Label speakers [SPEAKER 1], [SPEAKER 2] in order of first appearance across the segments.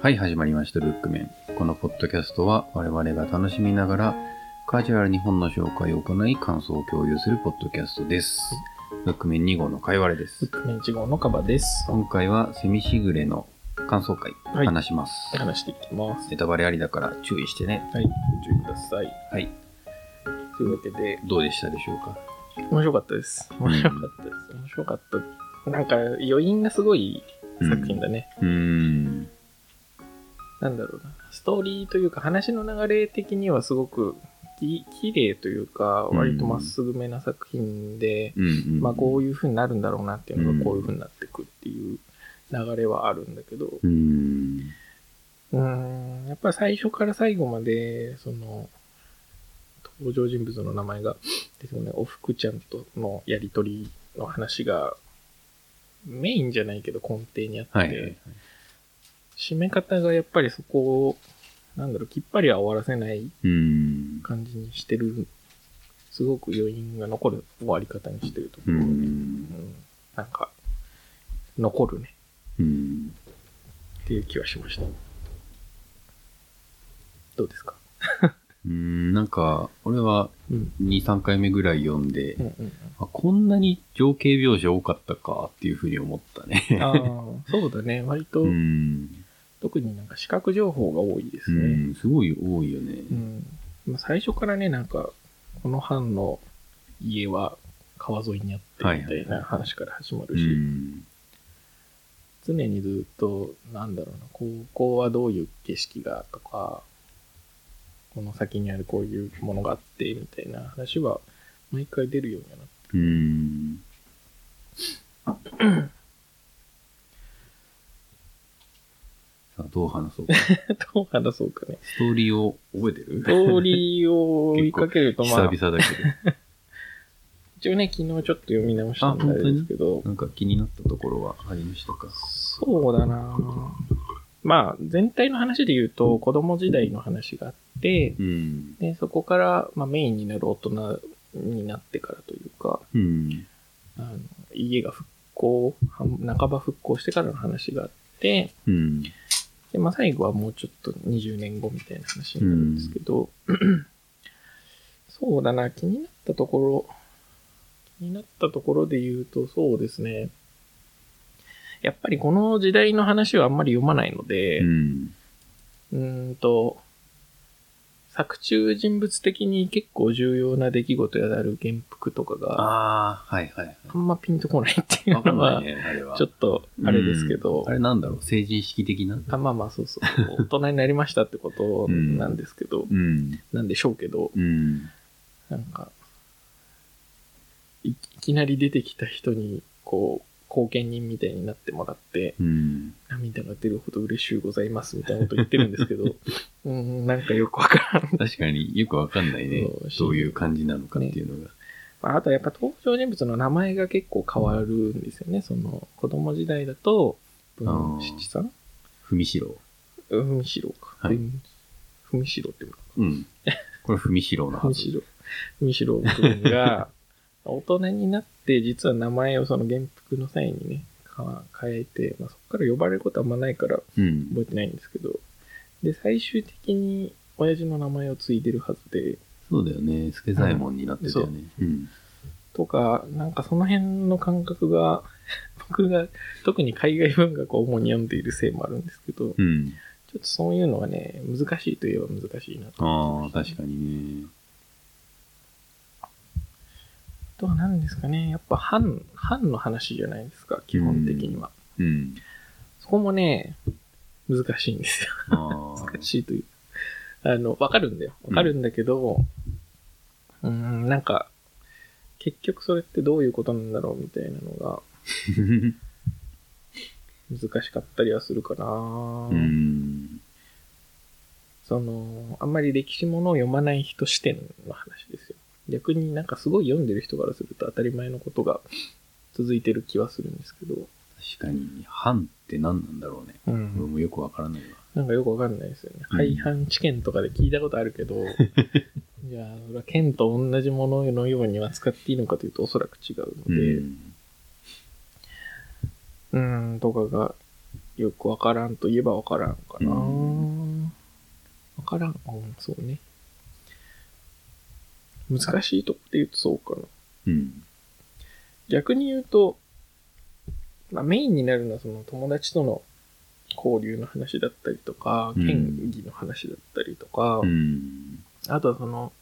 [SPEAKER 1] はい、始まりました、ブックメン。このポッドキャストは我々が楽しみながらカジュアルに本の紹介を行い感想を共有するポッドキャストです。ブックメン2号のかいわれで
[SPEAKER 2] ブ
[SPEAKER 1] す。
[SPEAKER 2] ックメン1号のカバです。
[SPEAKER 1] 今回はセミシグレの感想会、
[SPEAKER 2] はい
[SPEAKER 1] 話します。
[SPEAKER 2] 話していきます。
[SPEAKER 1] ネタバレありだから注意してね。
[SPEAKER 2] はい、ご注意ください。
[SPEAKER 1] はい、
[SPEAKER 2] というわけで、
[SPEAKER 1] どうでしたでしょうか
[SPEAKER 2] 面白かったです。面白かったです。面白かった。なんか、余韻がすごい作品だね。
[SPEAKER 1] うーん。
[SPEAKER 2] なんだろうな。ストーリーというか、話の流れ的にはすごくき綺麗というか、割とまっすぐめな作品で、
[SPEAKER 1] うんうん。
[SPEAKER 2] まあ、こ
[SPEAKER 1] う
[SPEAKER 2] ういう風になるんだろうなっていうの
[SPEAKER 1] うん
[SPEAKER 2] が、こういう風になってくっていう流れはあるんだけど、
[SPEAKER 1] ーん。
[SPEAKER 2] うーん、やっぱり最初から最後まで、その、登場人物の名前が出てこない、おふくちゃんとのやりとりの話が、メインじゃないけど根底にあって、
[SPEAKER 1] はいはいはい。
[SPEAKER 2] 締め方がやっぱりそこを、なんだろう、きっぱりは終わらせないう
[SPEAKER 1] ーん。
[SPEAKER 2] 感じにしてる、すごく余韻が残る終わり方にしてるとこ
[SPEAKER 1] う
[SPEAKER 2] ろで、
[SPEAKER 1] ん。
[SPEAKER 2] うんなんか、残るね
[SPEAKER 1] うん。
[SPEAKER 2] っていう気はしました。どうですか
[SPEAKER 1] うん。なんか、俺は
[SPEAKER 2] うん。
[SPEAKER 1] 2、3回目ぐらい読んで、
[SPEAKER 2] うんうんうん
[SPEAKER 1] あこんなに情景描写多かったかっていうふうに思ったね。
[SPEAKER 2] ああ、そうだね。割と、
[SPEAKER 1] うん、
[SPEAKER 2] 特になんか視覚情報が多いです
[SPEAKER 1] う
[SPEAKER 2] ね。
[SPEAKER 1] ん、すごい多いよね。
[SPEAKER 2] うん。まあ、最初からね、なんか、この藩の家は川沿いにあ
[SPEAKER 1] は
[SPEAKER 2] っ
[SPEAKER 1] い
[SPEAKER 2] て、
[SPEAKER 1] はいはい
[SPEAKER 2] みたいな話から始ま
[SPEAKER 1] う
[SPEAKER 2] るし、
[SPEAKER 1] ん、
[SPEAKER 2] 常にずっと、なんだろうな、ここはどういう景色がとか、この先にあるこういうものがあって、みたいな話は、毎回出るようにはなって
[SPEAKER 1] うん、さあ、どう話そうか。ス、
[SPEAKER 2] どう話そうかね。
[SPEAKER 1] トーリーを覚えてる
[SPEAKER 2] 通りを追いかけると、 まあ、
[SPEAKER 1] 久々だけど。
[SPEAKER 2] 一応ね、昨日ちょっと読み直したんであれですけど、
[SPEAKER 1] なんか気になったところはありましたか。
[SPEAKER 2] そうだなまあ、全体の話で言うと、子供時代の話があって、
[SPEAKER 1] うん、
[SPEAKER 2] で、そこから、まあ、メインになる大人になってからというか、
[SPEAKER 1] うん、
[SPEAKER 2] あの家が復興、半半ば復興してからの話があって、
[SPEAKER 1] うん、
[SPEAKER 2] で、まあ、最後はもうちょっと20年後みたいな話になるんです けど、そうだな、気になったところ、気になったところで言うと、そうですね。やっぱりこの時代の話はあんまり読まないので、
[SPEAKER 1] うん、
[SPEAKER 2] うーんと、作中人物的に結構重要な出来事やである原服とかが
[SPEAKER 1] ああ、はいはい
[SPEAKER 2] あんまピンとこないってい
[SPEAKER 1] はい。わ
[SPEAKER 2] う
[SPEAKER 1] かん
[SPEAKER 2] の
[SPEAKER 1] な
[SPEAKER 2] は、
[SPEAKER 1] いね、あれは。
[SPEAKER 2] ちょっとあれですけ
[SPEAKER 1] う
[SPEAKER 2] ど
[SPEAKER 1] んあ、れなんだろう、成人式的な
[SPEAKER 2] あまあまあそうそう、大人になりましたってことなんですけど、
[SPEAKER 1] うん、
[SPEAKER 2] なんでしょうけど、
[SPEAKER 1] うん。
[SPEAKER 2] なんか、いいきなり出てきた人に、こう、貢献人みたいになってもらって、
[SPEAKER 1] うん。
[SPEAKER 2] 涙が出るほど嬉しゅうございますみたいなこと言ってるんですけど、 うーん、なんかよくわからん
[SPEAKER 1] 確かによくわかんないね
[SPEAKER 2] そう。
[SPEAKER 1] どういう感じなのかっていうのが。
[SPEAKER 2] まあ、あとはやっぱ登場人物の名前が結構変わるんですよね。その子供時代だと、文七さん
[SPEAKER 1] ふみしろ
[SPEAKER 2] ふみしろか。
[SPEAKER 1] はい
[SPEAKER 2] 文ふみしろって言うのか
[SPEAKER 1] う。うん。これふみしろの
[SPEAKER 2] ふ
[SPEAKER 1] は
[SPEAKER 2] み
[SPEAKER 1] ず
[SPEAKER 2] し。ろ。ふみしろ君が、大人になって実は名前をその原服の際にね、か変えて、まあ、そこから呼ばれることはあんまないから
[SPEAKER 1] うん。
[SPEAKER 2] 覚えてないんですけど、で、最終的に親父の名前を継いでるはずで、
[SPEAKER 1] そうだよね。助左衛門になってたよね。うん。
[SPEAKER 2] とか、なんかその辺の感覚が、 僕が特に海外文学を主に読んでいるせいもあるんですけど、ちょ
[SPEAKER 1] うん。
[SPEAKER 2] っとそういうのはね、難しいといえば難しいなと。
[SPEAKER 1] ああ、確かにね。
[SPEAKER 2] あとは何ですかね、やっぱ藩、藩の話じゃないですか、基本的には。
[SPEAKER 1] うん。
[SPEAKER 2] そこもね、難しいんですよ。
[SPEAKER 1] ああ。
[SPEAKER 2] 難しいという。あの、わかるんだよ。わかるんだけど、うーん、なんか、結局それってどういうことなんだろうみたいなのが難しかったりはするかな
[SPEAKER 1] うん。
[SPEAKER 2] その、あんまり歴史ものを読まない人視点の話ですよ。逆になんかすごい読んでる人からすると当たり前のことが続いてる気はするんですけど、
[SPEAKER 1] 確かに、藩って何なんだろうね。
[SPEAKER 2] う
[SPEAKER 1] 俺
[SPEAKER 2] ん、
[SPEAKER 1] もよくわからないわ。
[SPEAKER 2] なんかよくわかんないですよね。
[SPEAKER 1] うん
[SPEAKER 2] 廃藩置県とかで聞いたことあるけ ど、じゃあ、それは県と同じもののように扱っていいのかというとおそらく違うの
[SPEAKER 1] う
[SPEAKER 2] で、
[SPEAKER 1] ん。
[SPEAKER 2] うん、とかがよくわからんといえばわからんかな。
[SPEAKER 1] う
[SPEAKER 2] わ、
[SPEAKER 1] ん
[SPEAKER 2] からん。うん、そうね。難しいとこで言うとそうかな。
[SPEAKER 1] うん。
[SPEAKER 2] 逆に言うと、まあ、メインになるのはその友達との交流の話だったりとか、
[SPEAKER 1] うん
[SPEAKER 2] 権技の話だったりとか、
[SPEAKER 1] うん。
[SPEAKER 2] あとはその、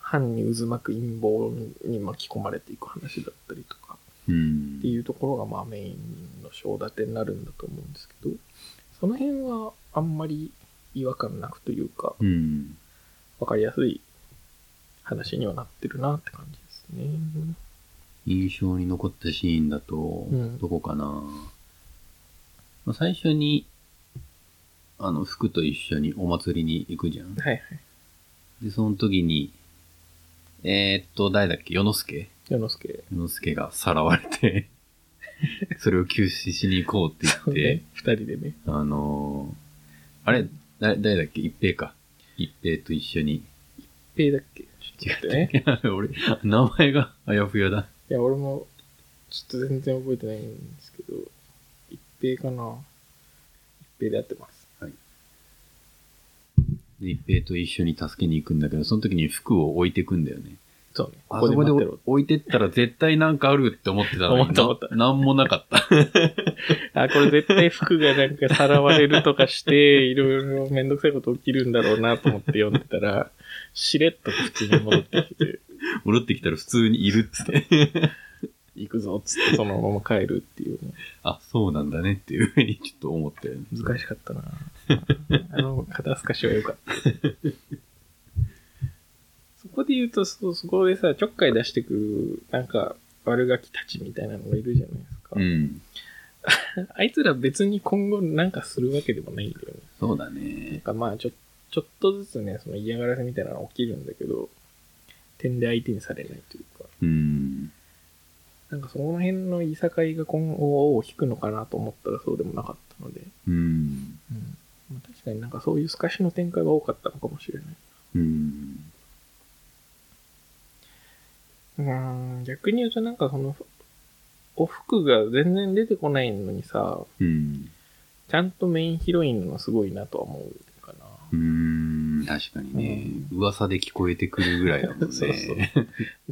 [SPEAKER 2] 藩に渦巻く陰謀に巻き込まれていく話だったりとか、
[SPEAKER 1] う
[SPEAKER 2] って
[SPEAKER 1] ん。
[SPEAKER 2] いうところがまあメインの章立てになるんだと思うんですけど、その辺はあんまり違和感なくというか、
[SPEAKER 1] うん。
[SPEAKER 2] わかりやすい話にはなってるなって感じですね。
[SPEAKER 1] 印象に残ったシーンだと
[SPEAKER 2] うん、
[SPEAKER 1] どこかな、まあ最初に、あの、服と一緒にお祭りに行くじゃん。
[SPEAKER 2] はいはい。
[SPEAKER 1] で、その時に、えー、っと、誰だっけ世之助
[SPEAKER 2] 世之助。
[SPEAKER 1] 世之助がさらわれ て、それを救出しに行こうって言って
[SPEAKER 2] ね、、二人でね。
[SPEAKER 1] あのー、あれ、だ誰だっけ一平か。一平と一緒に。
[SPEAKER 2] ペイだっけちょっと待ってね。
[SPEAKER 1] 俺、名前があやふやだ。
[SPEAKER 2] いや、俺も、ちょっと全然覚えてないんですけど、一平かな一平でやってます。
[SPEAKER 1] で一平と一緒に助けに行くんだけど、その時に服を置いてくんだよね。
[SPEAKER 2] そうね。こ
[SPEAKER 1] あ
[SPEAKER 2] こ
[SPEAKER 1] そ
[SPEAKER 2] で
[SPEAKER 1] こで
[SPEAKER 2] 待って
[SPEAKER 1] お
[SPEAKER 2] ろって。
[SPEAKER 1] 置いてったら絶対なんかあるって思ってたの
[SPEAKER 2] 思った思っ
[SPEAKER 1] に
[SPEAKER 2] た、
[SPEAKER 1] ななんもなかった。
[SPEAKER 2] あ、これ絶対服がなんかさらわれるとかして、いろいろめんどくさいこと起きるんだろうなと思って読んでたら、しれっと普通に戻ってきて、
[SPEAKER 1] 戻ってきたら普通にいるっつって。
[SPEAKER 2] 行くぞっつってそのまま帰るっていうね。
[SPEAKER 1] あ、そうなんだねっていうふうにちょっと思ったよね。
[SPEAKER 2] 難しかったなあの、肩透かしは良かった。そこで言うと、そ、そこでさ、ちょっかい出してくる、なんか、悪ガキたちみたいなのがいるじゃないですか。
[SPEAKER 1] うん。
[SPEAKER 2] あいつら別に今後なんかするわけでもないんだよね。
[SPEAKER 1] そうだ
[SPEAKER 2] なん
[SPEAKER 1] ね。
[SPEAKER 2] かまあ、ちょ、ちょっとずつね、その嫌がらせみたいなのが起きるんだけど、点で相手にされないというか、
[SPEAKER 1] うん。
[SPEAKER 2] なんかその辺のいさかいが今後を引くのかなと思ったらそうでもなかったので、
[SPEAKER 1] うん。
[SPEAKER 2] まあ確かになんかそういう透かしの展開が多かったのかもしれない。
[SPEAKER 1] うん。
[SPEAKER 2] うーん、逆に言うとなんかその、お服が全然出てこないのにさ、
[SPEAKER 1] うん。
[SPEAKER 2] ちゃんとメインヒロインのすごいなとは思うかな。
[SPEAKER 1] うん。確かにね。噂で聞こえてくるぐらいだもんね。
[SPEAKER 2] そうそう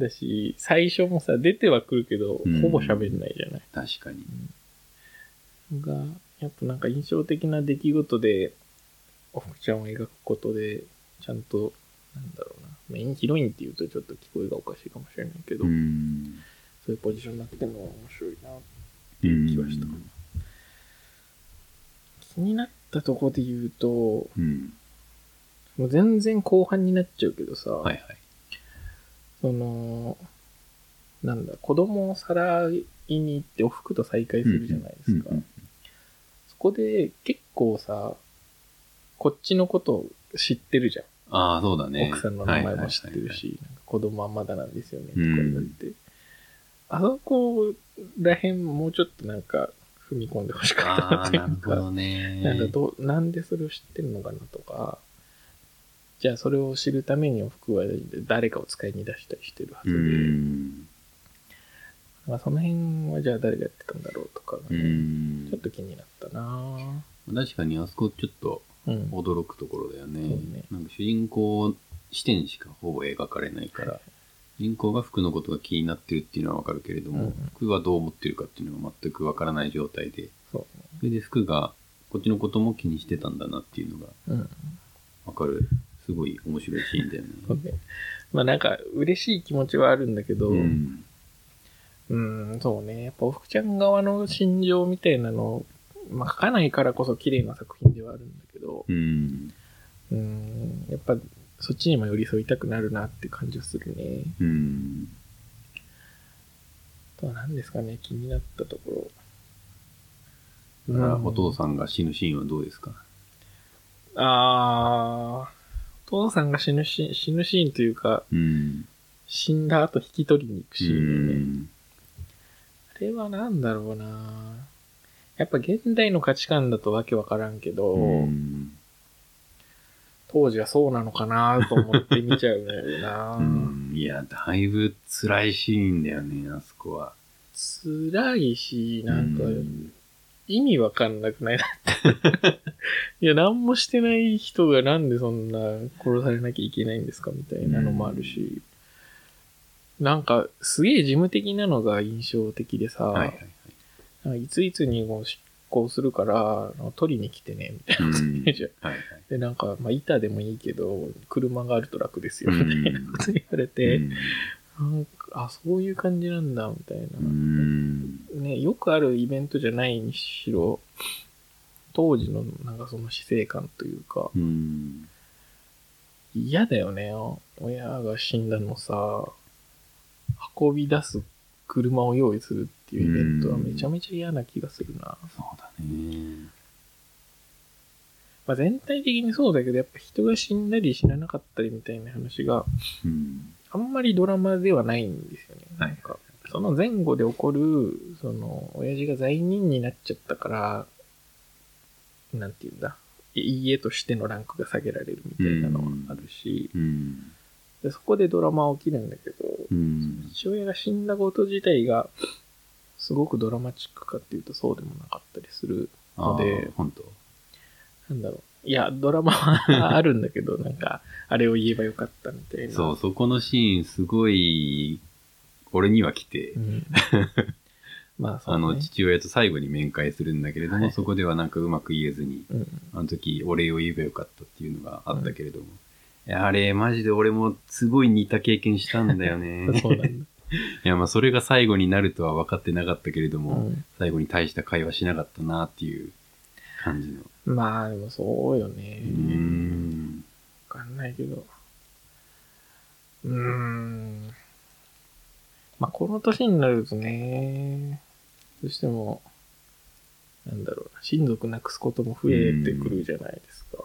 [SPEAKER 2] だし、最初もさ、出てはくるけど
[SPEAKER 1] うん、
[SPEAKER 2] ほぼ喋んないじゃない。
[SPEAKER 1] 確かに。
[SPEAKER 2] が、やっぱなんか印象的な出来事で、お服ちゃんを描くことで、ちゃんと、なんだろうな、メインヒロインっていうとちょっと聞こえがおかしいかもしれないけど、
[SPEAKER 1] ん。
[SPEAKER 2] そういうポジションになってるのは面白いなって
[SPEAKER 1] う
[SPEAKER 2] い
[SPEAKER 1] ん
[SPEAKER 2] う気はした。気になったとこで言うと、
[SPEAKER 1] うん。
[SPEAKER 2] もう全然後半になっちゃうけどさ、
[SPEAKER 1] はいはい。
[SPEAKER 2] その、なんだ、子供をさらいに行ってお服と再会するじゃないですか。
[SPEAKER 1] うんうん
[SPEAKER 2] そこで結構さ、こっちのことを知ってるじゃん。
[SPEAKER 1] ああ、そうだね。
[SPEAKER 2] 奥さんの名前も知って
[SPEAKER 1] はいはいはい
[SPEAKER 2] る
[SPEAKER 1] はい。
[SPEAKER 2] し、なんか子供はまだなんですよね、と
[SPEAKER 1] う
[SPEAKER 2] か
[SPEAKER 1] ん
[SPEAKER 2] 言われて。あそこらへんもうちょっとなんか踏み込んでほしかった
[SPEAKER 1] ああ、
[SPEAKER 2] なというか。
[SPEAKER 1] なるほどね。
[SPEAKER 2] なんかどう、なんでそれを知ってるのかなとか、じゃあそれを知るためにお服は誰かを使いに出したりしてるは
[SPEAKER 1] う
[SPEAKER 2] ずで、
[SPEAKER 1] ん。
[SPEAKER 2] まあその辺はじゃあ誰がやってたんだろうとかが
[SPEAKER 1] う
[SPEAKER 2] ね、
[SPEAKER 1] ん
[SPEAKER 2] ちょっと気になったな
[SPEAKER 1] 確かにあそこちょっと
[SPEAKER 2] うん。
[SPEAKER 1] 驚くところだよね。
[SPEAKER 2] そうね
[SPEAKER 1] なんか主人公視点しかほぼ描かれないから、主人公が服のことが気になってるっていうのはわかるけれども、
[SPEAKER 2] うん
[SPEAKER 1] 服はどう思ってるかっていうのが全くわからない状態で、
[SPEAKER 2] そう
[SPEAKER 1] それで服がこっちのことも気にしてたんだなっていうのが
[SPEAKER 2] うん。
[SPEAKER 1] わかる、すごい面白いシーンだよね。
[SPEAKER 2] そうね。まあなんか嬉しい気持ちはあるんだけど、う、
[SPEAKER 1] うんん。
[SPEAKER 2] そうね。やっぱお服ちゃん側の心情みたいなのを、まあ書かないからこそ綺麗な作品ではあるんだけど、
[SPEAKER 1] うん。
[SPEAKER 2] うん、やっぱそっちにも寄り添いたくなるなって感じはするね。
[SPEAKER 1] うん。
[SPEAKER 2] あとは何ですかね、気になったところ。
[SPEAKER 1] だからお父
[SPEAKER 2] さ
[SPEAKER 1] さんが死ぬシーンはどうですか
[SPEAKER 2] ん。あー、お父さんが死ぬシーン、死ぬシーンというか、
[SPEAKER 1] うん。
[SPEAKER 2] 死んだ後引き取りに行く
[SPEAKER 1] う
[SPEAKER 2] シーンだよね。
[SPEAKER 1] ん。
[SPEAKER 2] あれは何だろうなやっぱ現代の価値観だとわけわからんけど、
[SPEAKER 1] うん
[SPEAKER 2] 当時はそうなのかなと思って見ちゃうよな、
[SPEAKER 1] うんいや、だいぶ辛いシーンだよね、あそこは。
[SPEAKER 2] 辛いし、なんか、
[SPEAKER 1] うん
[SPEAKER 2] 意味わかんなくないな って。いや、何もしてない人がなんでそんな殺されなきゃいけないんですかみたいなのもあるし、なんか、すげえ事務的なのが印象的でさ、
[SPEAKER 1] はいはい
[SPEAKER 2] なんかいついつにもう執行するから、あの取りに来てね、みたい
[SPEAKER 1] はい。うん
[SPEAKER 2] なじゃん。
[SPEAKER 1] はいはい。
[SPEAKER 2] で、なんか、まあ、板でもいいけど、車があると楽ですよ、みたいなこと言われ
[SPEAKER 1] う
[SPEAKER 2] て、
[SPEAKER 1] ん
[SPEAKER 2] なんか、あ、そういう感じなんだ、みたいな。
[SPEAKER 1] うん。
[SPEAKER 2] ね、よくあるイベントじゃないにしろ、当時のなんかその死生観というか、
[SPEAKER 1] うん。
[SPEAKER 2] 嫌だよね。親が死んだのさ、運び出す車を用意するっていうイベントはめちゃめちゃ嫌な気がするな。
[SPEAKER 1] そうだね。
[SPEAKER 2] まあ、全体的にそうだけど、やっぱ人が死んだり死ななかったりみたいな話が
[SPEAKER 1] うん。
[SPEAKER 2] あんまりドラマではないんですよね。
[SPEAKER 1] はい
[SPEAKER 2] なんか、その前後で起こる、その、親父が罪人になっちゃったから、なんていうんだ、い家としてのランクが下げられるみたいなのはあるし、
[SPEAKER 1] うん。
[SPEAKER 2] でそこでドラマは起きるんだけど、
[SPEAKER 1] うん。
[SPEAKER 2] 父親が死んだこと自体が、すごくドラマチックかっていうとそうでもなかったりする。
[SPEAKER 1] ああ
[SPEAKER 2] で、
[SPEAKER 1] 本当。
[SPEAKER 2] なんだろう。いや、ドラマはあるんだけど、なんか、あれを言えばよかったみたいな。
[SPEAKER 1] そう、そこのシーンすごい、俺には来て、
[SPEAKER 2] うん。 まあ、そう、ね。
[SPEAKER 1] あの、父親と最後に面会するんだけれども、
[SPEAKER 2] はい
[SPEAKER 1] そこではなんかうまく言えずに、
[SPEAKER 2] うん
[SPEAKER 1] あの時お礼を言えばよかったっていうのがあったけれども、いやあれ、マジで俺もすごい似た経験したんだよ ね。
[SPEAKER 2] そうなんだ。
[SPEAKER 1] いや、まあそれが最後になるとは分かってなかったけれども、
[SPEAKER 2] うん
[SPEAKER 1] 最後に大した会話しなかったなっていう感じの。
[SPEAKER 2] まあ、でもそうよね。
[SPEAKER 1] うーん。
[SPEAKER 2] わかんないけど。うーん。まあ、この年になるとね、どうしても、なんだろうな、親族なくすことも増えてくるじゃないですか。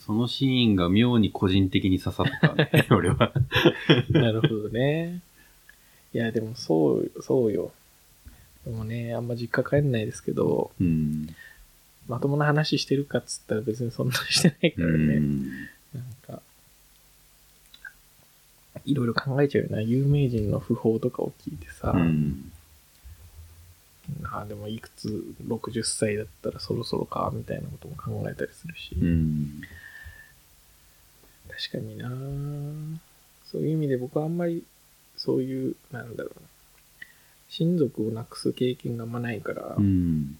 [SPEAKER 1] そのシーンが妙に個人的に刺さったね、 俺は。
[SPEAKER 2] なるほどね。いや、でもそう、そうよ。でもね、あんま実家帰んないですけど、
[SPEAKER 1] うん。
[SPEAKER 2] まともな話してるかっつったら別にそんなしてないからね。
[SPEAKER 1] うん
[SPEAKER 2] なんか、いろいろ考えちゃうよな。有名人の訃報とかを聞いてさ、
[SPEAKER 1] うん。
[SPEAKER 2] ああ、でもいくつ、60歳だったらそろそろか、みたいなことも考えたりするし、
[SPEAKER 1] うん。
[SPEAKER 2] 確かになそういう意味で僕はあんまり、そういう、なんだろうな、親族をなくす経験があんまないから、
[SPEAKER 1] うん。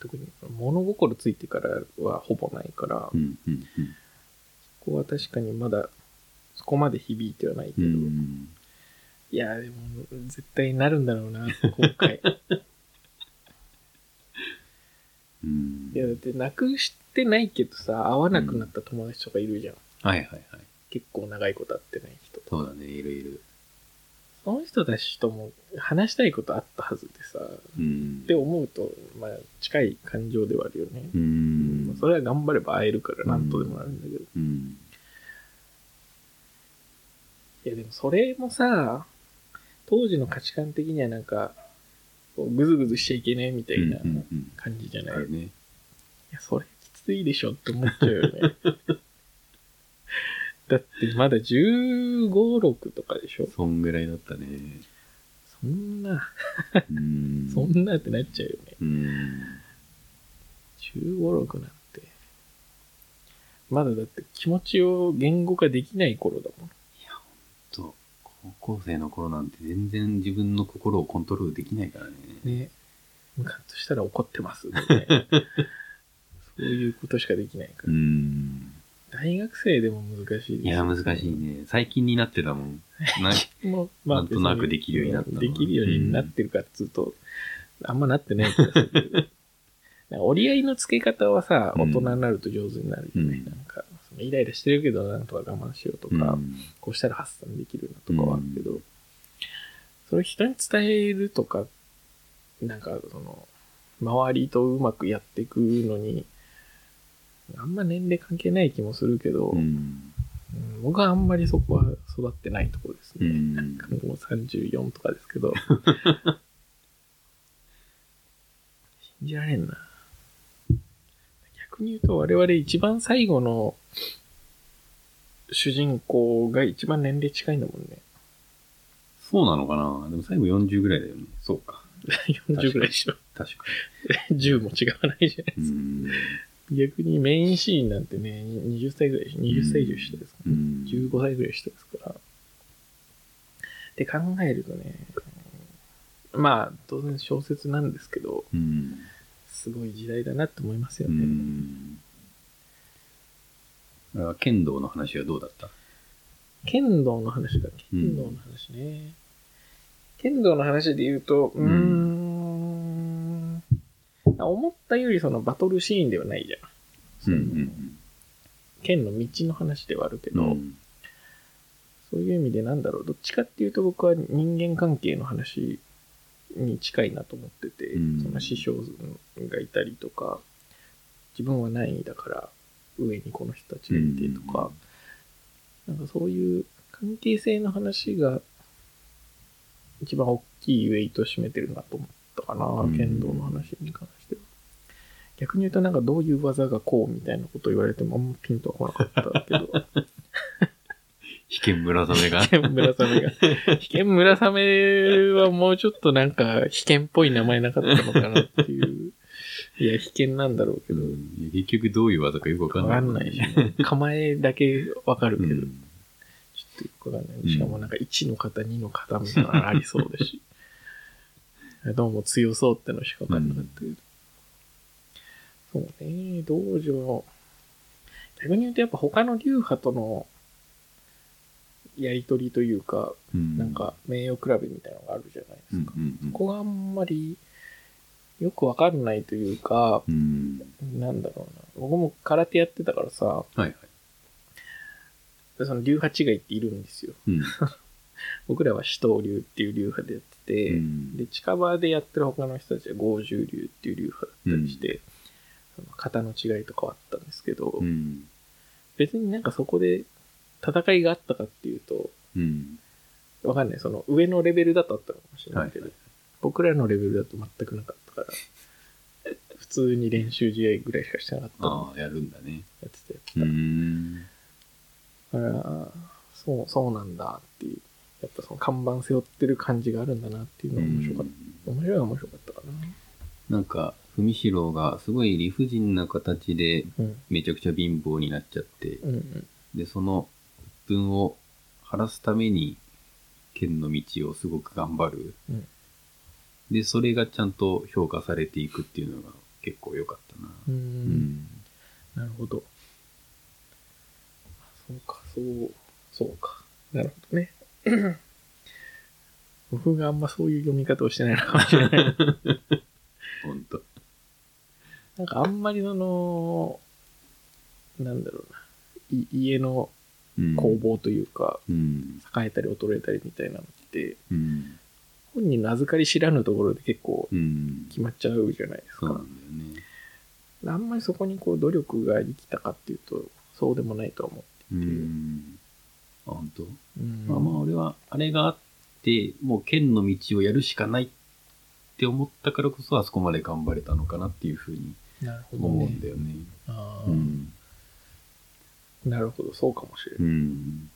[SPEAKER 2] 特に物心ついてからはほぼないから、
[SPEAKER 1] うん。うん。
[SPEAKER 2] ここは確かにまだ、そこまで響いてはないけ
[SPEAKER 1] う
[SPEAKER 2] ど、
[SPEAKER 1] ん。
[SPEAKER 2] いやー、でも、絶対なるんだろうな、今回。
[SPEAKER 1] うん
[SPEAKER 2] いや、だって、なくしてないけどさ、会わなくなった友達とかいるじゃん。
[SPEAKER 1] はいはいはい。
[SPEAKER 2] 結構長いこと会ってない人。
[SPEAKER 1] そうだね、いるいる。
[SPEAKER 2] その人たちとも話したいことあったはずでさ、っ
[SPEAKER 1] うん。
[SPEAKER 2] て思うと、まあ、近い感情ではあるよね。
[SPEAKER 1] うん。
[SPEAKER 2] それは頑張れば会えるから、なんとでもなるんだけど。
[SPEAKER 1] うん。
[SPEAKER 2] いや、でもそれもさ、当時の価値観的にはなんか、こうグズグズしちゃいけないみたいな
[SPEAKER 1] うんうん
[SPEAKER 2] 感じじゃ
[SPEAKER 1] うん
[SPEAKER 2] ない
[SPEAKER 1] あるね。
[SPEAKER 2] いや、それきついでしょって思っちゃう よね。だってまだ15、6とかでしょ
[SPEAKER 1] そんぐらいだったね。
[SPEAKER 2] そんな、
[SPEAKER 1] うん。
[SPEAKER 2] そんなってなっちゃうよね。
[SPEAKER 1] うん。
[SPEAKER 2] 15、6なんて。まだだって気持ちを言語化できない頃だもん。
[SPEAKER 1] と、高校生の頃なんて全然自分の心をコントロールできないからね。
[SPEAKER 2] ね。ムカッとしたら怒ってますみ たいな。そういうことしかできないか
[SPEAKER 1] う
[SPEAKER 2] ら。
[SPEAKER 1] ん。
[SPEAKER 2] 大学生でも難しいです
[SPEAKER 1] いや、難しい。ね。最近になってだもん。な
[SPEAKER 2] もう
[SPEAKER 1] なんとなくできるようになったの
[SPEAKER 2] できるようになってるかっつうと、あんまなってない気がするけどなんか折り合いのつけ方はさ、
[SPEAKER 1] う
[SPEAKER 2] 大
[SPEAKER 1] ん
[SPEAKER 2] 人になると上手になるよね。
[SPEAKER 1] うん
[SPEAKER 2] なんか、そのイライラしてるけど、なんとか我慢しようとか、
[SPEAKER 1] うん
[SPEAKER 2] こうしたら発散できるなとかはあるけど、それを人に伝えるとか、なんか、その、周りとうまくやっていくのに、あんま年齢関係ない気もするけど、
[SPEAKER 1] うん。
[SPEAKER 2] うん僕はあんまりそこは育ってないところですね。
[SPEAKER 1] うん
[SPEAKER 2] なんかもう34とかで すけど。信じられんな。逆に言うと我々一番最後の主人公が一番年齢近いんだもんね。
[SPEAKER 1] そうなのかなでも最後40ぐらいだよね。そうか。
[SPEAKER 2] 40ぐらいでしょ。
[SPEAKER 1] 確か
[SPEAKER 2] 10も違わないじゃない
[SPEAKER 1] に。うん。
[SPEAKER 2] 逆にメインシーンなんてね、20歳ぐらい、20歳以上下ですから、
[SPEAKER 1] う
[SPEAKER 2] ね
[SPEAKER 1] ん。
[SPEAKER 2] 15歳ぐらい下ですから。って考えるとね、まあ、当然小説なんですけど、
[SPEAKER 1] うん。
[SPEAKER 2] すごい時代だなって思いますよ
[SPEAKER 1] う
[SPEAKER 2] ね。
[SPEAKER 1] ん。あれは剣道の話はどうだった
[SPEAKER 2] 剣道の話だ。
[SPEAKER 1] うん
[SPEAKER 2] 剣道の話ね。剣道の話で言うと、うーん、思ったよりそのバトルシーンではないじ
[SPEAKER 1] う
[SPEAKER 2] ゃん。
[SPEAKER 1] んうん
[SPEAKER 2] 剣の道の話ではあるけ
[SPEAKER 1] う
[SPEAKER 2] ど、
[SPEAKER 1] ん。
[SPEAKER 2] そういう意味でなんだろう、どっちかっていうと僕は人間関係の話に近いなと思ってて、
[SPEAKER 1] うん
[SPEAKER 2] その師匠がいたりとか、自分は何位だから上にこの人たちがいてとか、なんかそういう関係性の話が一番大きいウェイトを占めてるなと思ったかな、
[SPEAKER 1] ん
[SPEAKER 2] 剣道の話に関しては。逆に言うとなんかどういう技がこうみたいなこと言われてもあんまピンとは来なかったけど。
[SPEAKER 1] 被験村雨 が
[SPEAKER 2] 被。験村雨が。被験村雨はもうちょっとなんか、被験っぽい名前なかったのかなっていう。いや、被験なんだろうけ
[SPEAKER 1] う
[SPEAKER 2] ど。
[SPEAKER 1] んいや結局どういう技かよくわか
[SPEAKER 2] わ
[SPEAKER 1] んない。
[SPEAKER 2] かんない し、構えだけわかる
[SPEAKER 1] う
[SPEAKER 2] けど、ちょ
[SPEAKER 1] ん。
[SPEAKER 2] っとよくわかんない。しかもなんか1の型、2の型みたいなのありそうだ し。どうも強そうってのしかわかんなかったけど。そうね、道場。逆に言うとやっぱ他の流派とのやりとりというか、
[SPEAKER 1] う
[SPEAKER 2] なんか、名誉比べみたいなのがあるじゃないで
[SPEAKER 1] うん
[SPEAKER 2] す
[SPEAKER 1] う
[SPEAKER 2] か。
[SPEAKER 1] んうん
[SPEAKER 2] ここがあんまりよくわかんないというか、
[SPEAKER 1] うん。
[SPEAKER 2] なんだろうな。僕も空手やってたからさ、
[SPEAKER 1] はいはい。
[SPEAKER 2] その流派違いっているんですよ。
[SPEAKER 1] うん。
[SPEAKER 2] 僕らは死闘流っていう流派でやってて、
[SPEAKER 1] うん
[SPEAKER 2] で、近場でやってる他の人たちは合十流っていう流派だったりして、その型の違いとかはあったんですけど、
[SPEAKER 1] うん。
[SPEAKER 2] 別になんかそこで戦いがあったかっていうと、
[SPEAKER 1] うん。
[SPEAKER 2] わかんない。その上のレベルだとあったのかもしれないけど、
[SPEAKER 1] は
[SPEAKER 2] 僕らのレベルだと全くなかったから、普通に練習試合ぐらいしかしてなかったの
[SPEAKER 1] ああ、やるんだね。
[SPEAKER 2] やってて。
[SPEAKER 1] うん。
[SPEAKER 2] だから、そう、そうなんだっていう。やっぱその看板背負ってる感じがあるんだなっていうのが面白かった。面白いは面白かったかな。
[SPEAKER 1] なんか、文四郎がすごい理不尽な形で
[SPEAKER 2] うん。
[SPEAKER 1] めちゃくちゃ貧乏になっちゃって、
[SPEAKER 2] うんうん。
[SPEAKER 1] で、その鬱憤を晴らすために、剣の道をすごく頑張る。
[SPEAKER 2] うん
[SPEAKER 1] で、それがちゃんと評価されていくっていうのが結構良かったな。
[SPEAKER 2] うん
[SPEAKER 1] う
[SPEAKER 2] なるほど。そうか、そう、そうか。なるほどね。 僕があんまそういう読み方をしてないのかもしれない。
[SPEAKER 1] ほんと。
[SPEAKER 2] なんかあんまりその、なんだろうな、い家の
[SPEAKER 1] うん
[SPEAKER 2] 攻防というか、
[SPEAKER 1] うん。
[SPEAKER 2] 栄えたり衰えたりみたいなのって、
[SPEAKER 1] うん。
[SPEAKER 2] 本人の預かり知らぬところで結構
[SPEAKER 1] うん。
[SPEAKER 2] 決まっちゃうじゃないです
[SPEAKER 1] そうな
[SPEAKER 2] か。
[SPEAKER 1] んだよね。
[SPEAKER 2] あんまりそこにこう努力が生きたかっていうと、そうでもないとは思
[SPEAKER 1] う。
[SPEAKER 2] うん
[SPEAKER 1] あ、ほんと。
[SPEAKER 2] う。うん
[SPEAKER 1] まあまあ俺はあれがあってもう剣の道をやるしかないって思ったからこそあそこまで頑張れたのかなっていうふうに
[SPEAKER 2] なるほど
[SPEAKER 1] 思う
[SPEAKER 2] ね
[SPEAKER 1] ん。だよね。
[SPEAKER 2] あ
[SPEAKER 1] う
[SPEAKER 2] ー
[SPEAKER 1] ん。
[SPEAKER 2] なるほど、そうかもしれな
[SPEAKER 1] う
[SPEAKER 2] い。
[SPEAKER 1] ん。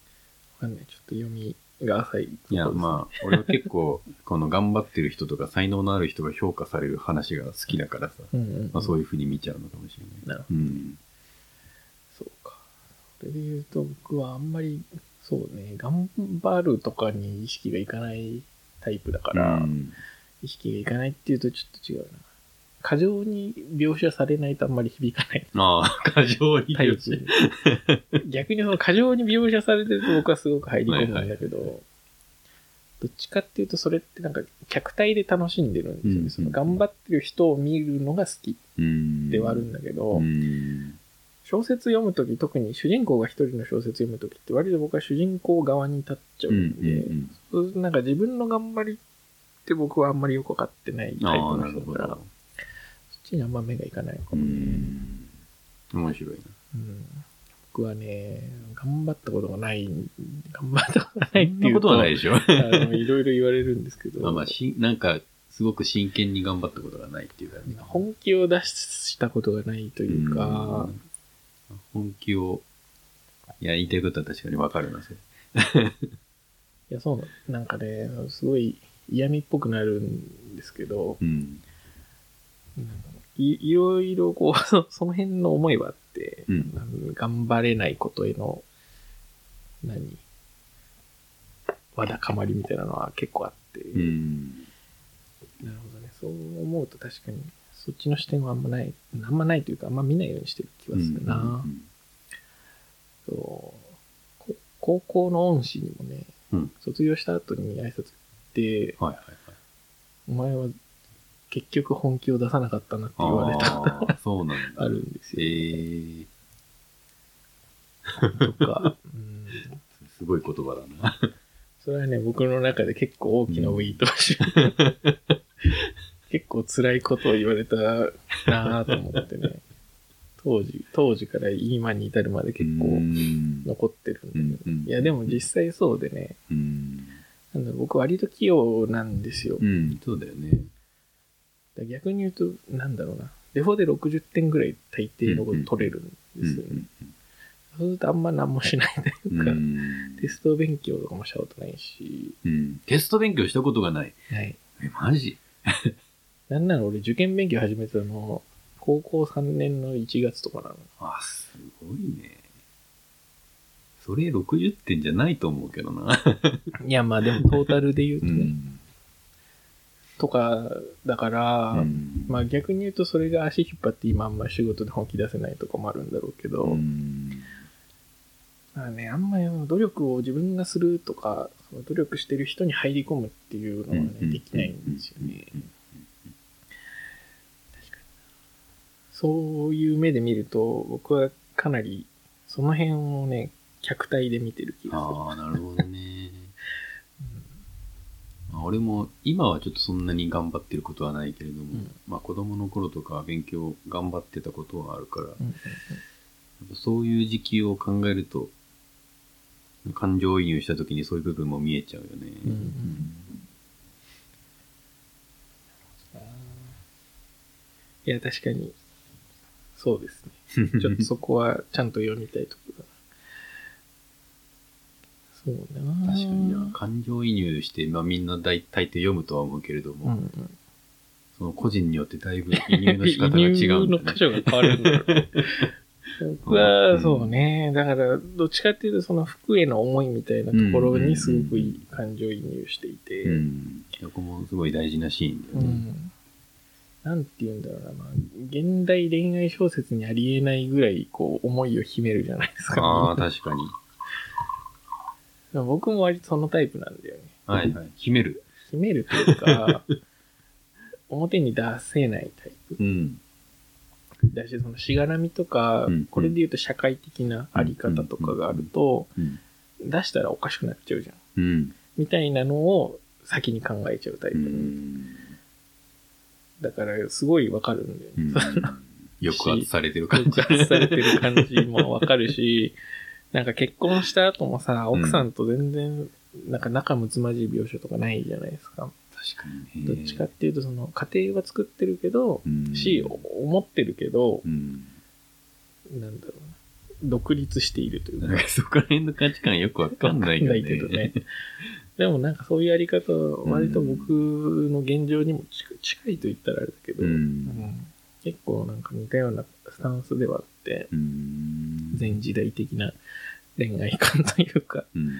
[SPEAKER 2] わかんない。ちょっと読みが浅い。
[SPEAKER 1] いやまあ俺は結構この頑張ってる人とか才能のある人が評価される話が好きだからさ、
[SPEAKER 2] あ、うんうん、
[SPEAKER 1] まあ、そう
[SPEAKER 2] いう。
[SPEAKER 1] いうふうに見ちゃうのかもしれない。
[SPEAKER 2] なるほ
[SPEAKER 1] うん。
[SPEAKER 2] ど、そうか。それで言うと、僕はあんまり、そうね、頑張るとかに意識がいかないタイプだから、
[SPEAKER 1] うん
[SPEAKER 2] 意識がいかないっていうとちょっと違うな。過剰に描写されないとあんまり響かない
[SPEAKER 1] ああ、過剰に
[SPEAKER 2] タイプ。逆にその過剰に描写されてると僕はすごく入り込むんだけど、どっちかっていうとそれってなんか客体で楽しんでるんですよね。
[SPEAKER 1] うん
[SPEAKER 2] その頑張ってる人を見るのが好き
[SPEAKER 1] うん。
[SPEAKER 2] ではあるんだけど、
[SPEAKER 1] うん。
[SPEAKER 2] 小説読むとき、特に主人公が一人の小説読むときって、割と僕は主人公側に立っちゃ
[SPEAKER 1] う。
[SPEAKER 2] うん
[SPEAKER 1] うん
[SPEAKER 2] で、
[SPEAKER 1] ん。
[SPEAKER 2] そうなんか自分の頑張りって僕はあんまりよくわかってないタイ
[SPEAKER 1] ああ、
[SPEAKER 2] プ
[SPEAKER 1] な
[SPEAKER 2] の
[SPEAKER 1] る
[SPEAKER 2] 人
[SPEAKER 1] ほ
[SPEAKER 2] だから、そっ
[SPEAKER 1] ど。
[SPEAKER 2] ちにあんま目がいかないのか
[SPEAKER 1] う
[SPEAKER 2] もね。
[SPEAKER 1] ん。面白いな。
[SPEAKER 2] うん僕はね、頑張ったことがない、頑張ったことがないっ
[SPEAKER 1] そん
[SPEAKER 2] て
[SPEAKER 1] な
[SPEAKER 2] いう
[SPEAKER 1] ことはない
[SPEAKER 2] い
[SPEAKER 1] でしょ。
[SPEAKER 2] あのいろいろ言われるんですけど、
[SPEAKER 1] まあまあし、なんか、すごく真剣に頑張ったことがないっていう感じ。
[SPEAKER 2] 本気を出したことがないというか、
[SPEAKER 1] うん本気を、いや、言いたいことは確かにわかるな、それ。
[SPEAKER 2] いや、そう、なんかね、すごい、嫌味っぽくなるんですけど、
[SPEAKER 1] うん。
[SPEAKER 2] なんだろういいろいろこう、 そその辺の思いはあって、
[SPEAKER 1] うん
[SPEAKER 2] なん頑張れないことへの、何わだかまりみたいなのは結構あって、
[SPEAKER 1] うん。
[SPEAKER 2] なるほどね。そう思うと確かに、そっちの視点はあんまない、あんまないというか、あんま見ないようにしてる気はするな。
[SPEAKER 1] うん
[SPEAKER 2] そうこ高校の恩師にもね、
[SPEAKER 1] うん
[SPEAKER 2] 卒業した後に挨拶行って、
[SPEAKER 1] はいはいはい。
[SPEAKER 2] お前は結局本気を出さなかったなって言われた、
[SPEAKER 1] あ あー、そうなんだ。
[SPEAKER 2] あるんです
[SPEAKER 1] え
[SPEAKER 2] よ。
[SPEAKER 1] ー、
[SPEAKER 2] とか、うん
[SPEAKER 1] すごい言葉だな。
[SPEAKER 2] それはね、僕の中で結構大きなウェイトをして、結構辛いことを言われたなぁと思ってね、当時、当時から今に至るまで結
[SPEAKER 1] う
[SPEAKER 2] 構
[SPEAKER 1] ん
[SPEAKER 2] 残ってるんで、
[SPEAKER 1] うんうん
[SPEAKER 2] いや、でも実際そうでね、
[SPEAKER 1] うん。
[SPEAKER 2] なんだろう僕割と器用なんですよ。
[SPEAKER 1] うん、そうだよね。
[SPEAKER 2] だから逆に言うと、なんだろうな。デフォで60点ぐらい大抵のこ
[SPEAKER 1] うんう
[SPEAKER 2] と
[SPEAKER 1] ん
[SPEAKER 2] 取れるん
[SPEAKER 1] う
[SPEAKER 2] ですよね。
[SPEAKER 1] ん。
[SPEAKER 2] そうするとあんま何もしないといううか、
[SPEAKER 1] ん
[SPEAKER 2] テスト勉強とかもしたことないし、
[SPEAKER 1] うん。テスト勉強したことがない。
[SPEAKER 2] はい。
[SPEAKER 1] え、マジ
[SPEAKER 2] なんなら俺受験勉強始めたの、高校3年の1月とかなの。
[SPEAKER 1] あ、すごいね。それ60点じゃないと思うけどな。
[SPEAKER 2] いや、まあでもトータルで言うと
[SPEAKER 1] う
[SPEAKER 2] ね、
[SPEAKER 1] ん。
[SPEAKER 2] とか、だから、
[SPEAKER 1] うん
[SPEAKER 2] まあ逆に言うとそれが足引っ張って今あんま仕事で本気出せないとかもあるんだろうけど、
[SPEAKER 1] うん
[SPEAKER 2] まあね、あんまり努力を自分がするとか、その努力してる人に入り込むっていうのはね、
[SPEAKER 1] うん
[SPEAKER 2] できないんですよね
[SPEAKER 1] うんうんうんうん。
[SPEAKER 2] 確かに。そういう目で見ると、僕はかなり、その辺をね、客体で見てる気がする。
[SPEAKER 1] ああ、なるほどね。まあ俺も今はちょっとそんなに頑張ってることはないけれども、
[SPEAKER 2] うん
[SPEAKER 1] まあ子供の頃とかは勉強頑張ってたことはあるから、
[SPEAKER 2] うんうん
[SPEAKER 1] やっぱそういう時期を考えると、感情移入した時にそういう部分も見えちゃうよね。
[SPEAKER 2] うんうんいや、確かに、そうです ね。ちょっとそこはちゃんと読みたいところだな。そうな
[SPEAKER 1] 確かにな。感情移入して、まあみんな大大抵読むとは思うけれども、
[SPEAKER 2] うんうん
[SPEAKER 1] その個人によってだいぶ移入の仕方が違 うんだ
[SPEAKER 2] の
[SPEAKER 1] ね。
[SPEAKER 2] 箇所が変わるんだろう。僕は、そうね。だから、どっちかっていうと、その服への思いみたいなところにすごくいい感情移入していて、
[SPEAKER 1] うん。そこもすごい大事なシーンだよ
[SPEAKER 2] う
[SPEAKER 1] ね。
[SPEAKER 2] んなんて言うんだろうな、まあ、現代恋愛小説にありえないぐらい、こう、思いを秘めるじゃないです
[SPEAKER 1] ああ、
[SPEAKER 2] か。
[SPEAKER 1] 確かに。
[SPEAKER 2] 僕も割とそのタイプなんだよね。
[SPEAKER 1] はいはい。秘める。
[SPEAKER 2] 秘めるという か、表に出せないタイプ。
[SPEAKER 1] うん。
[SPEAKER 2] だし、そのしがらみとか、
[SPEAKER 1] うん
[SPEAKER 2] これで言うと社会的なあり方とかがあると、
[SPEAKER 1] うん。
[SPEAKER 2] 出したらおかしくなっちゃうじゃん。
[SPEAKER 1] うん。
[SPEAKER 2] みたいなのを先に考えちゃうタイプ。だから、すごいわかるんだよ
[SPEAKER 1] う
[SPEAKER 2] ね。
[SPEAKER 1] ん 抑圧されてる感じ。
[SPEAKER 2] 抑圧されてる感じもわかる し、なんか結婚した後もさ、奥さんと全然、なんか仲睦まじい描写とかないじゃないですか。
[SPEAKER 1] 確かに
[SPEAKER 2] ど
[SPEAKER 1] ね。
[SPEAKER 2] っちかっていうと、その、家庭は作ってるけど、
[SPEAKER 1] うん
[SPEAKER 2] し、思ってるけど
[SPEAKER 1] う、ん。
[SPEAKER 2] なんだろうな。独立しているという
[SPEAKER 1] なん
[SPEAKER 2] か。
[SPEAKER 1] かそこら辺の価値観よくわかんないよね。
[SPEAKER 2] けどね。でもなんかそういうやり方は割と僕の現状にも近近いと言ったらあれだけど、
[SPEAKER 1] う。
[SPEAKER 2] うんん結構なんか似たようなスタンスではあって、
[SPEAKER 1] うん。
[SPEAKER 2] 全時代的な恋愛観というか、だか
[SPEAKER 1] うん。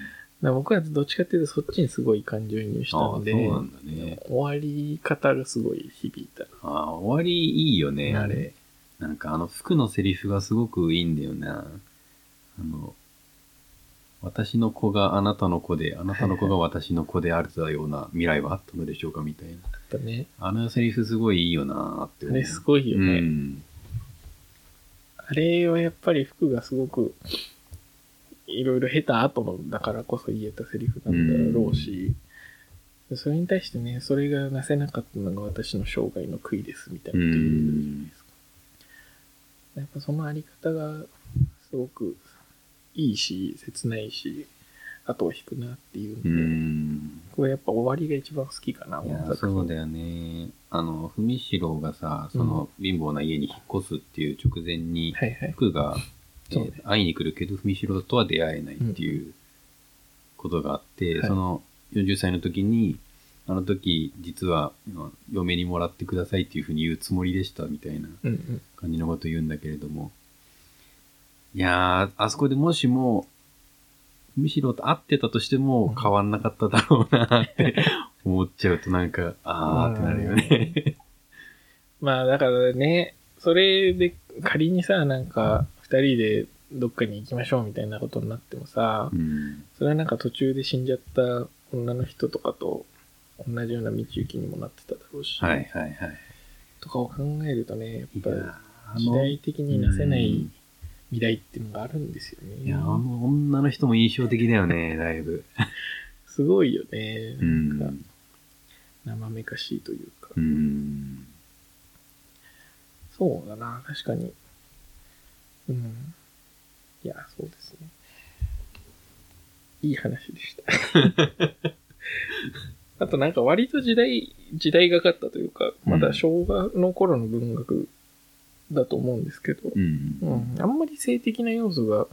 [SPEAKER 2] ら僕はどっちかっていうとそっちにすごい感情移入した
[SPEAKER 1] ああ、そ
[SPEAKER 2] の
[SPEAKER 1] う
[SPEAKER 2] で、
[SPEAKER 1] なんだね。
[SPEAKER 2] 終わり方がすごい響いた。
[SPEAKER 1] ああ、終わりいいよね、
[SPEAKER 2] うん
[SPEAKER 1] あれ。なんかあの服のセリフがすごくいいんだよな。あの、私の子があなたの子で、あなたの子が私の子であるとような未来はあったのでしょうかみたいな。
[SPEAKER 2] あったね。
[SPEAKER 1] あのセリフすごいいいよなーって
[SPEAKER 2] あ
[SPEAKER 1] 思う。
[SPEAKER 2] れすごいよね。
[SPEAKER 1] うん。
[SPEAKER 2] あれはやっぱり服がすごく、いろいろ経た後のだからこそ言えたセリフなんだろうし、それに対してね、それがなせなかったのが私の生涯の悔いですみたいなこと言うじゃないですか。やっぱそのあり方がすごくいいし、切ないし、後を引くなっていう
[SPEAKER 1] う
[SPEAKER 2] ので、
[SPEAKER 1] ん。
[SPEAKER 2] 僕はやっぱ終わりが一番好きかな、
[SPEAKER 1] い
[SPEAKER 2] 思
[SPEAKER 1] や
[SPEAKER 2] っ
[SPEAKER 1] ー
[SPEAKER 2] た
[SPEAKER 1] そうだよね。あの、文四郎がさ、その貧乏な家に引っ越すっていう直前に、
[SPEAKER 2] はいはい。
[SPEAKER 1] 服が、えー
[SPEAKER 2] そうね
[SPEAKER 1] 会いに来るけど、文四郎とは出会えないっていうことがあって、
[SPEAKER 2] はい
[SPEAKER 1] その40歳の時に、あの時、実は、まあ嫁にもらってくださいっていうふうに言うつもりでしたみたいな
[SPEAKER 2] うんうん。
[SPEAKER 1] 感じのこと言うんだけれども。いやー、あそこでもしも、むしろ会ってたとしても変わんなかっただろうなって思っちゃうとなんか、あーってなるよね。
[SPEAKER 2] まあだからね、それで仮にさ、なんか二人でどっかに行きましょうみたいなことになってもさ、
[SPEAKER 1] うん。
[SPEAKER 2] それはなんか途中で死んじゃった女の人とかと同じような道行きにもなってただろうし、
[SPEAKER 1] はいはいはい。
[SPEAKER 2] とかを考えるとね、やっ
[SPEAKER 1] い
[SPEAKER 2] ぱ
[SPEAKER 1] や
[SPEAKER 2] り
[SPEAKER 1] ーあ
[SPEAKER 2] 時
[SPEAKER 1] の、
[SPEAKER 2] 代
[SPEAKER 1] い
[SPEAKER 2] 的になせな
[SPEAKER 1] う
[SPEAKER 2] い
[SPEAKER 1] ん
[SPEAKER 2] 未来っていうのがあるんですよね。
[SPEAKER 1] やーあの女の人も印象的だよね、だいぶ。
[SPEAKER 2] すごいよね。
[SPEAKER 1] う
[SPEAKER 2] なんか
[SPEAKER 1] ん。
[SPEAKER 2] 生めかしいというか。
[SPEAKER 1] うん。
[SPEAKER 2] そうだな、確かに。うん。いや、そうですね。いい話でした。 あとなんか割と時代、時代がかったというか、まだ昭和の頃の文学だと思うんですけど、
[SPEAKER 1] うん。
[SPEAKER 2] うん、あんまり性的な要素が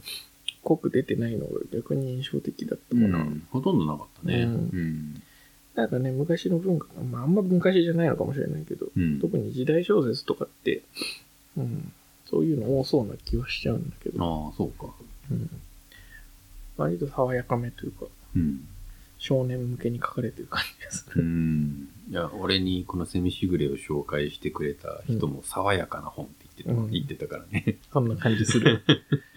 [SPEAKER 2] 濃く出てないのが逆に印象的だった
[SPEAKER 1] う
[SPEAKER 2] かな。
[SPEAKER 1] ん、ほとんどなかったね。
[SPEAKER 2] うん
[SPEAKER 1] うん。
[SPEAKER 2] なんかね、昔の文学、まああんま昔じゃないのかもしれないけど、
[SPEAKER 1] うん。
[SPEAKER 2] 特に時代小説とかって、うん、そういうの多そうな気はしちゃうんだけど、
[SPEAKER 1] ああ、そうか。
[SPEAKER 2] うん、割と爽やかめというか、
[SPEAKER 1] うん。
[SPEAKER 2] 少年向けに書かれてる感じがす
[SPEAKER 1] う
[SPEAKER 2] る。
[SPEAKER 1] ん。いや、俺にこのセミシグレを紹介してくれた人も爽やかな本って言ってた,、
[SPEAKER 2] うん
[SPEAKER 1] 言ってたからね。
[SPEAKER 2] そんな感じする。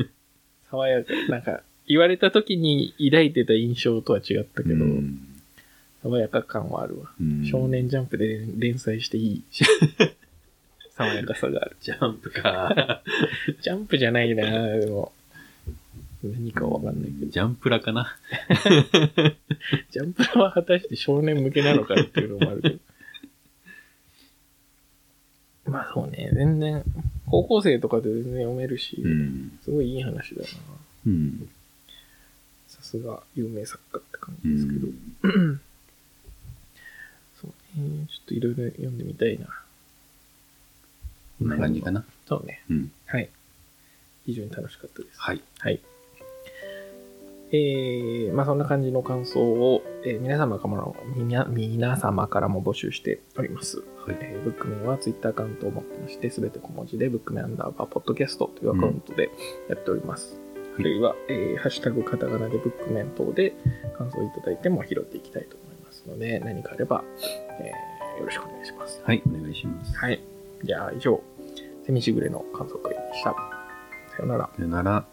[SPEAKER 2] 爽やか、なんか、言われた時に抱いてた印象とは違ったけど、
[SPEAKER 1] うん
[SPEAKER 2] 爽やか感はあるわ。
[SPEAKER 1] うん
[SPEAKER 2] 少年ジャンプで連載していい 爽やかさがある。
[SPEAKER 1] ジャンプか。
[SPEAKER 2] ジャンプじゃないなでも。何かわかんないけど。
[SPEAKER 1] ジャンプラかな。
[SPEAKER 2] ジャンプラは果たして少年向けなのかっていうのもあるけど。 まあそうね、全然、高校生とかで全然読めるし、
[SPEAKER 1] ん。
[SPEAKER 2] すごいいい話だな。
[SPEAKER 1] うん。
[SPEAKER 2] さすが有名作家って感
[SPEAKER 1] う
[SPEAKER 2] じですけど。
[SPEAKER 1] ん
[SPEAKER 2] そうね、ちょっといろいろ読んでみたいな。
[SPEAKER 1] こんな感じかな。
[SPEAKER 2] そうね。
[SPEAKER 1] うん。
[SPEAKER 2] はい。非常に楽しかったです。
[SPEAKER 1] はい。
[SPEAKER 2] はい。えー、まあそんな感じの感想を、えー皆様からも、みな皆様からも募集しております。
[SPEAKER 1] はい。
[SPEAKER 2] えーブックメンはツイッターアカウントを持ってまして、すべて小文字で、ブックメンアンダーバーポッドキャストというアカウントでやっております。あるいは、えーハッシュタグカタカナでブックメン等で感想をいただいても拾っていきたいと思いますので、何かあれば、えーよろしくお願いします。
[SPEAKER 1] はい。お願いします。
[SPEAKER 2] はい。じゃあ、以上、セミシグレの感想会でした。さようなら。
[SPEAKER 1] さよなら。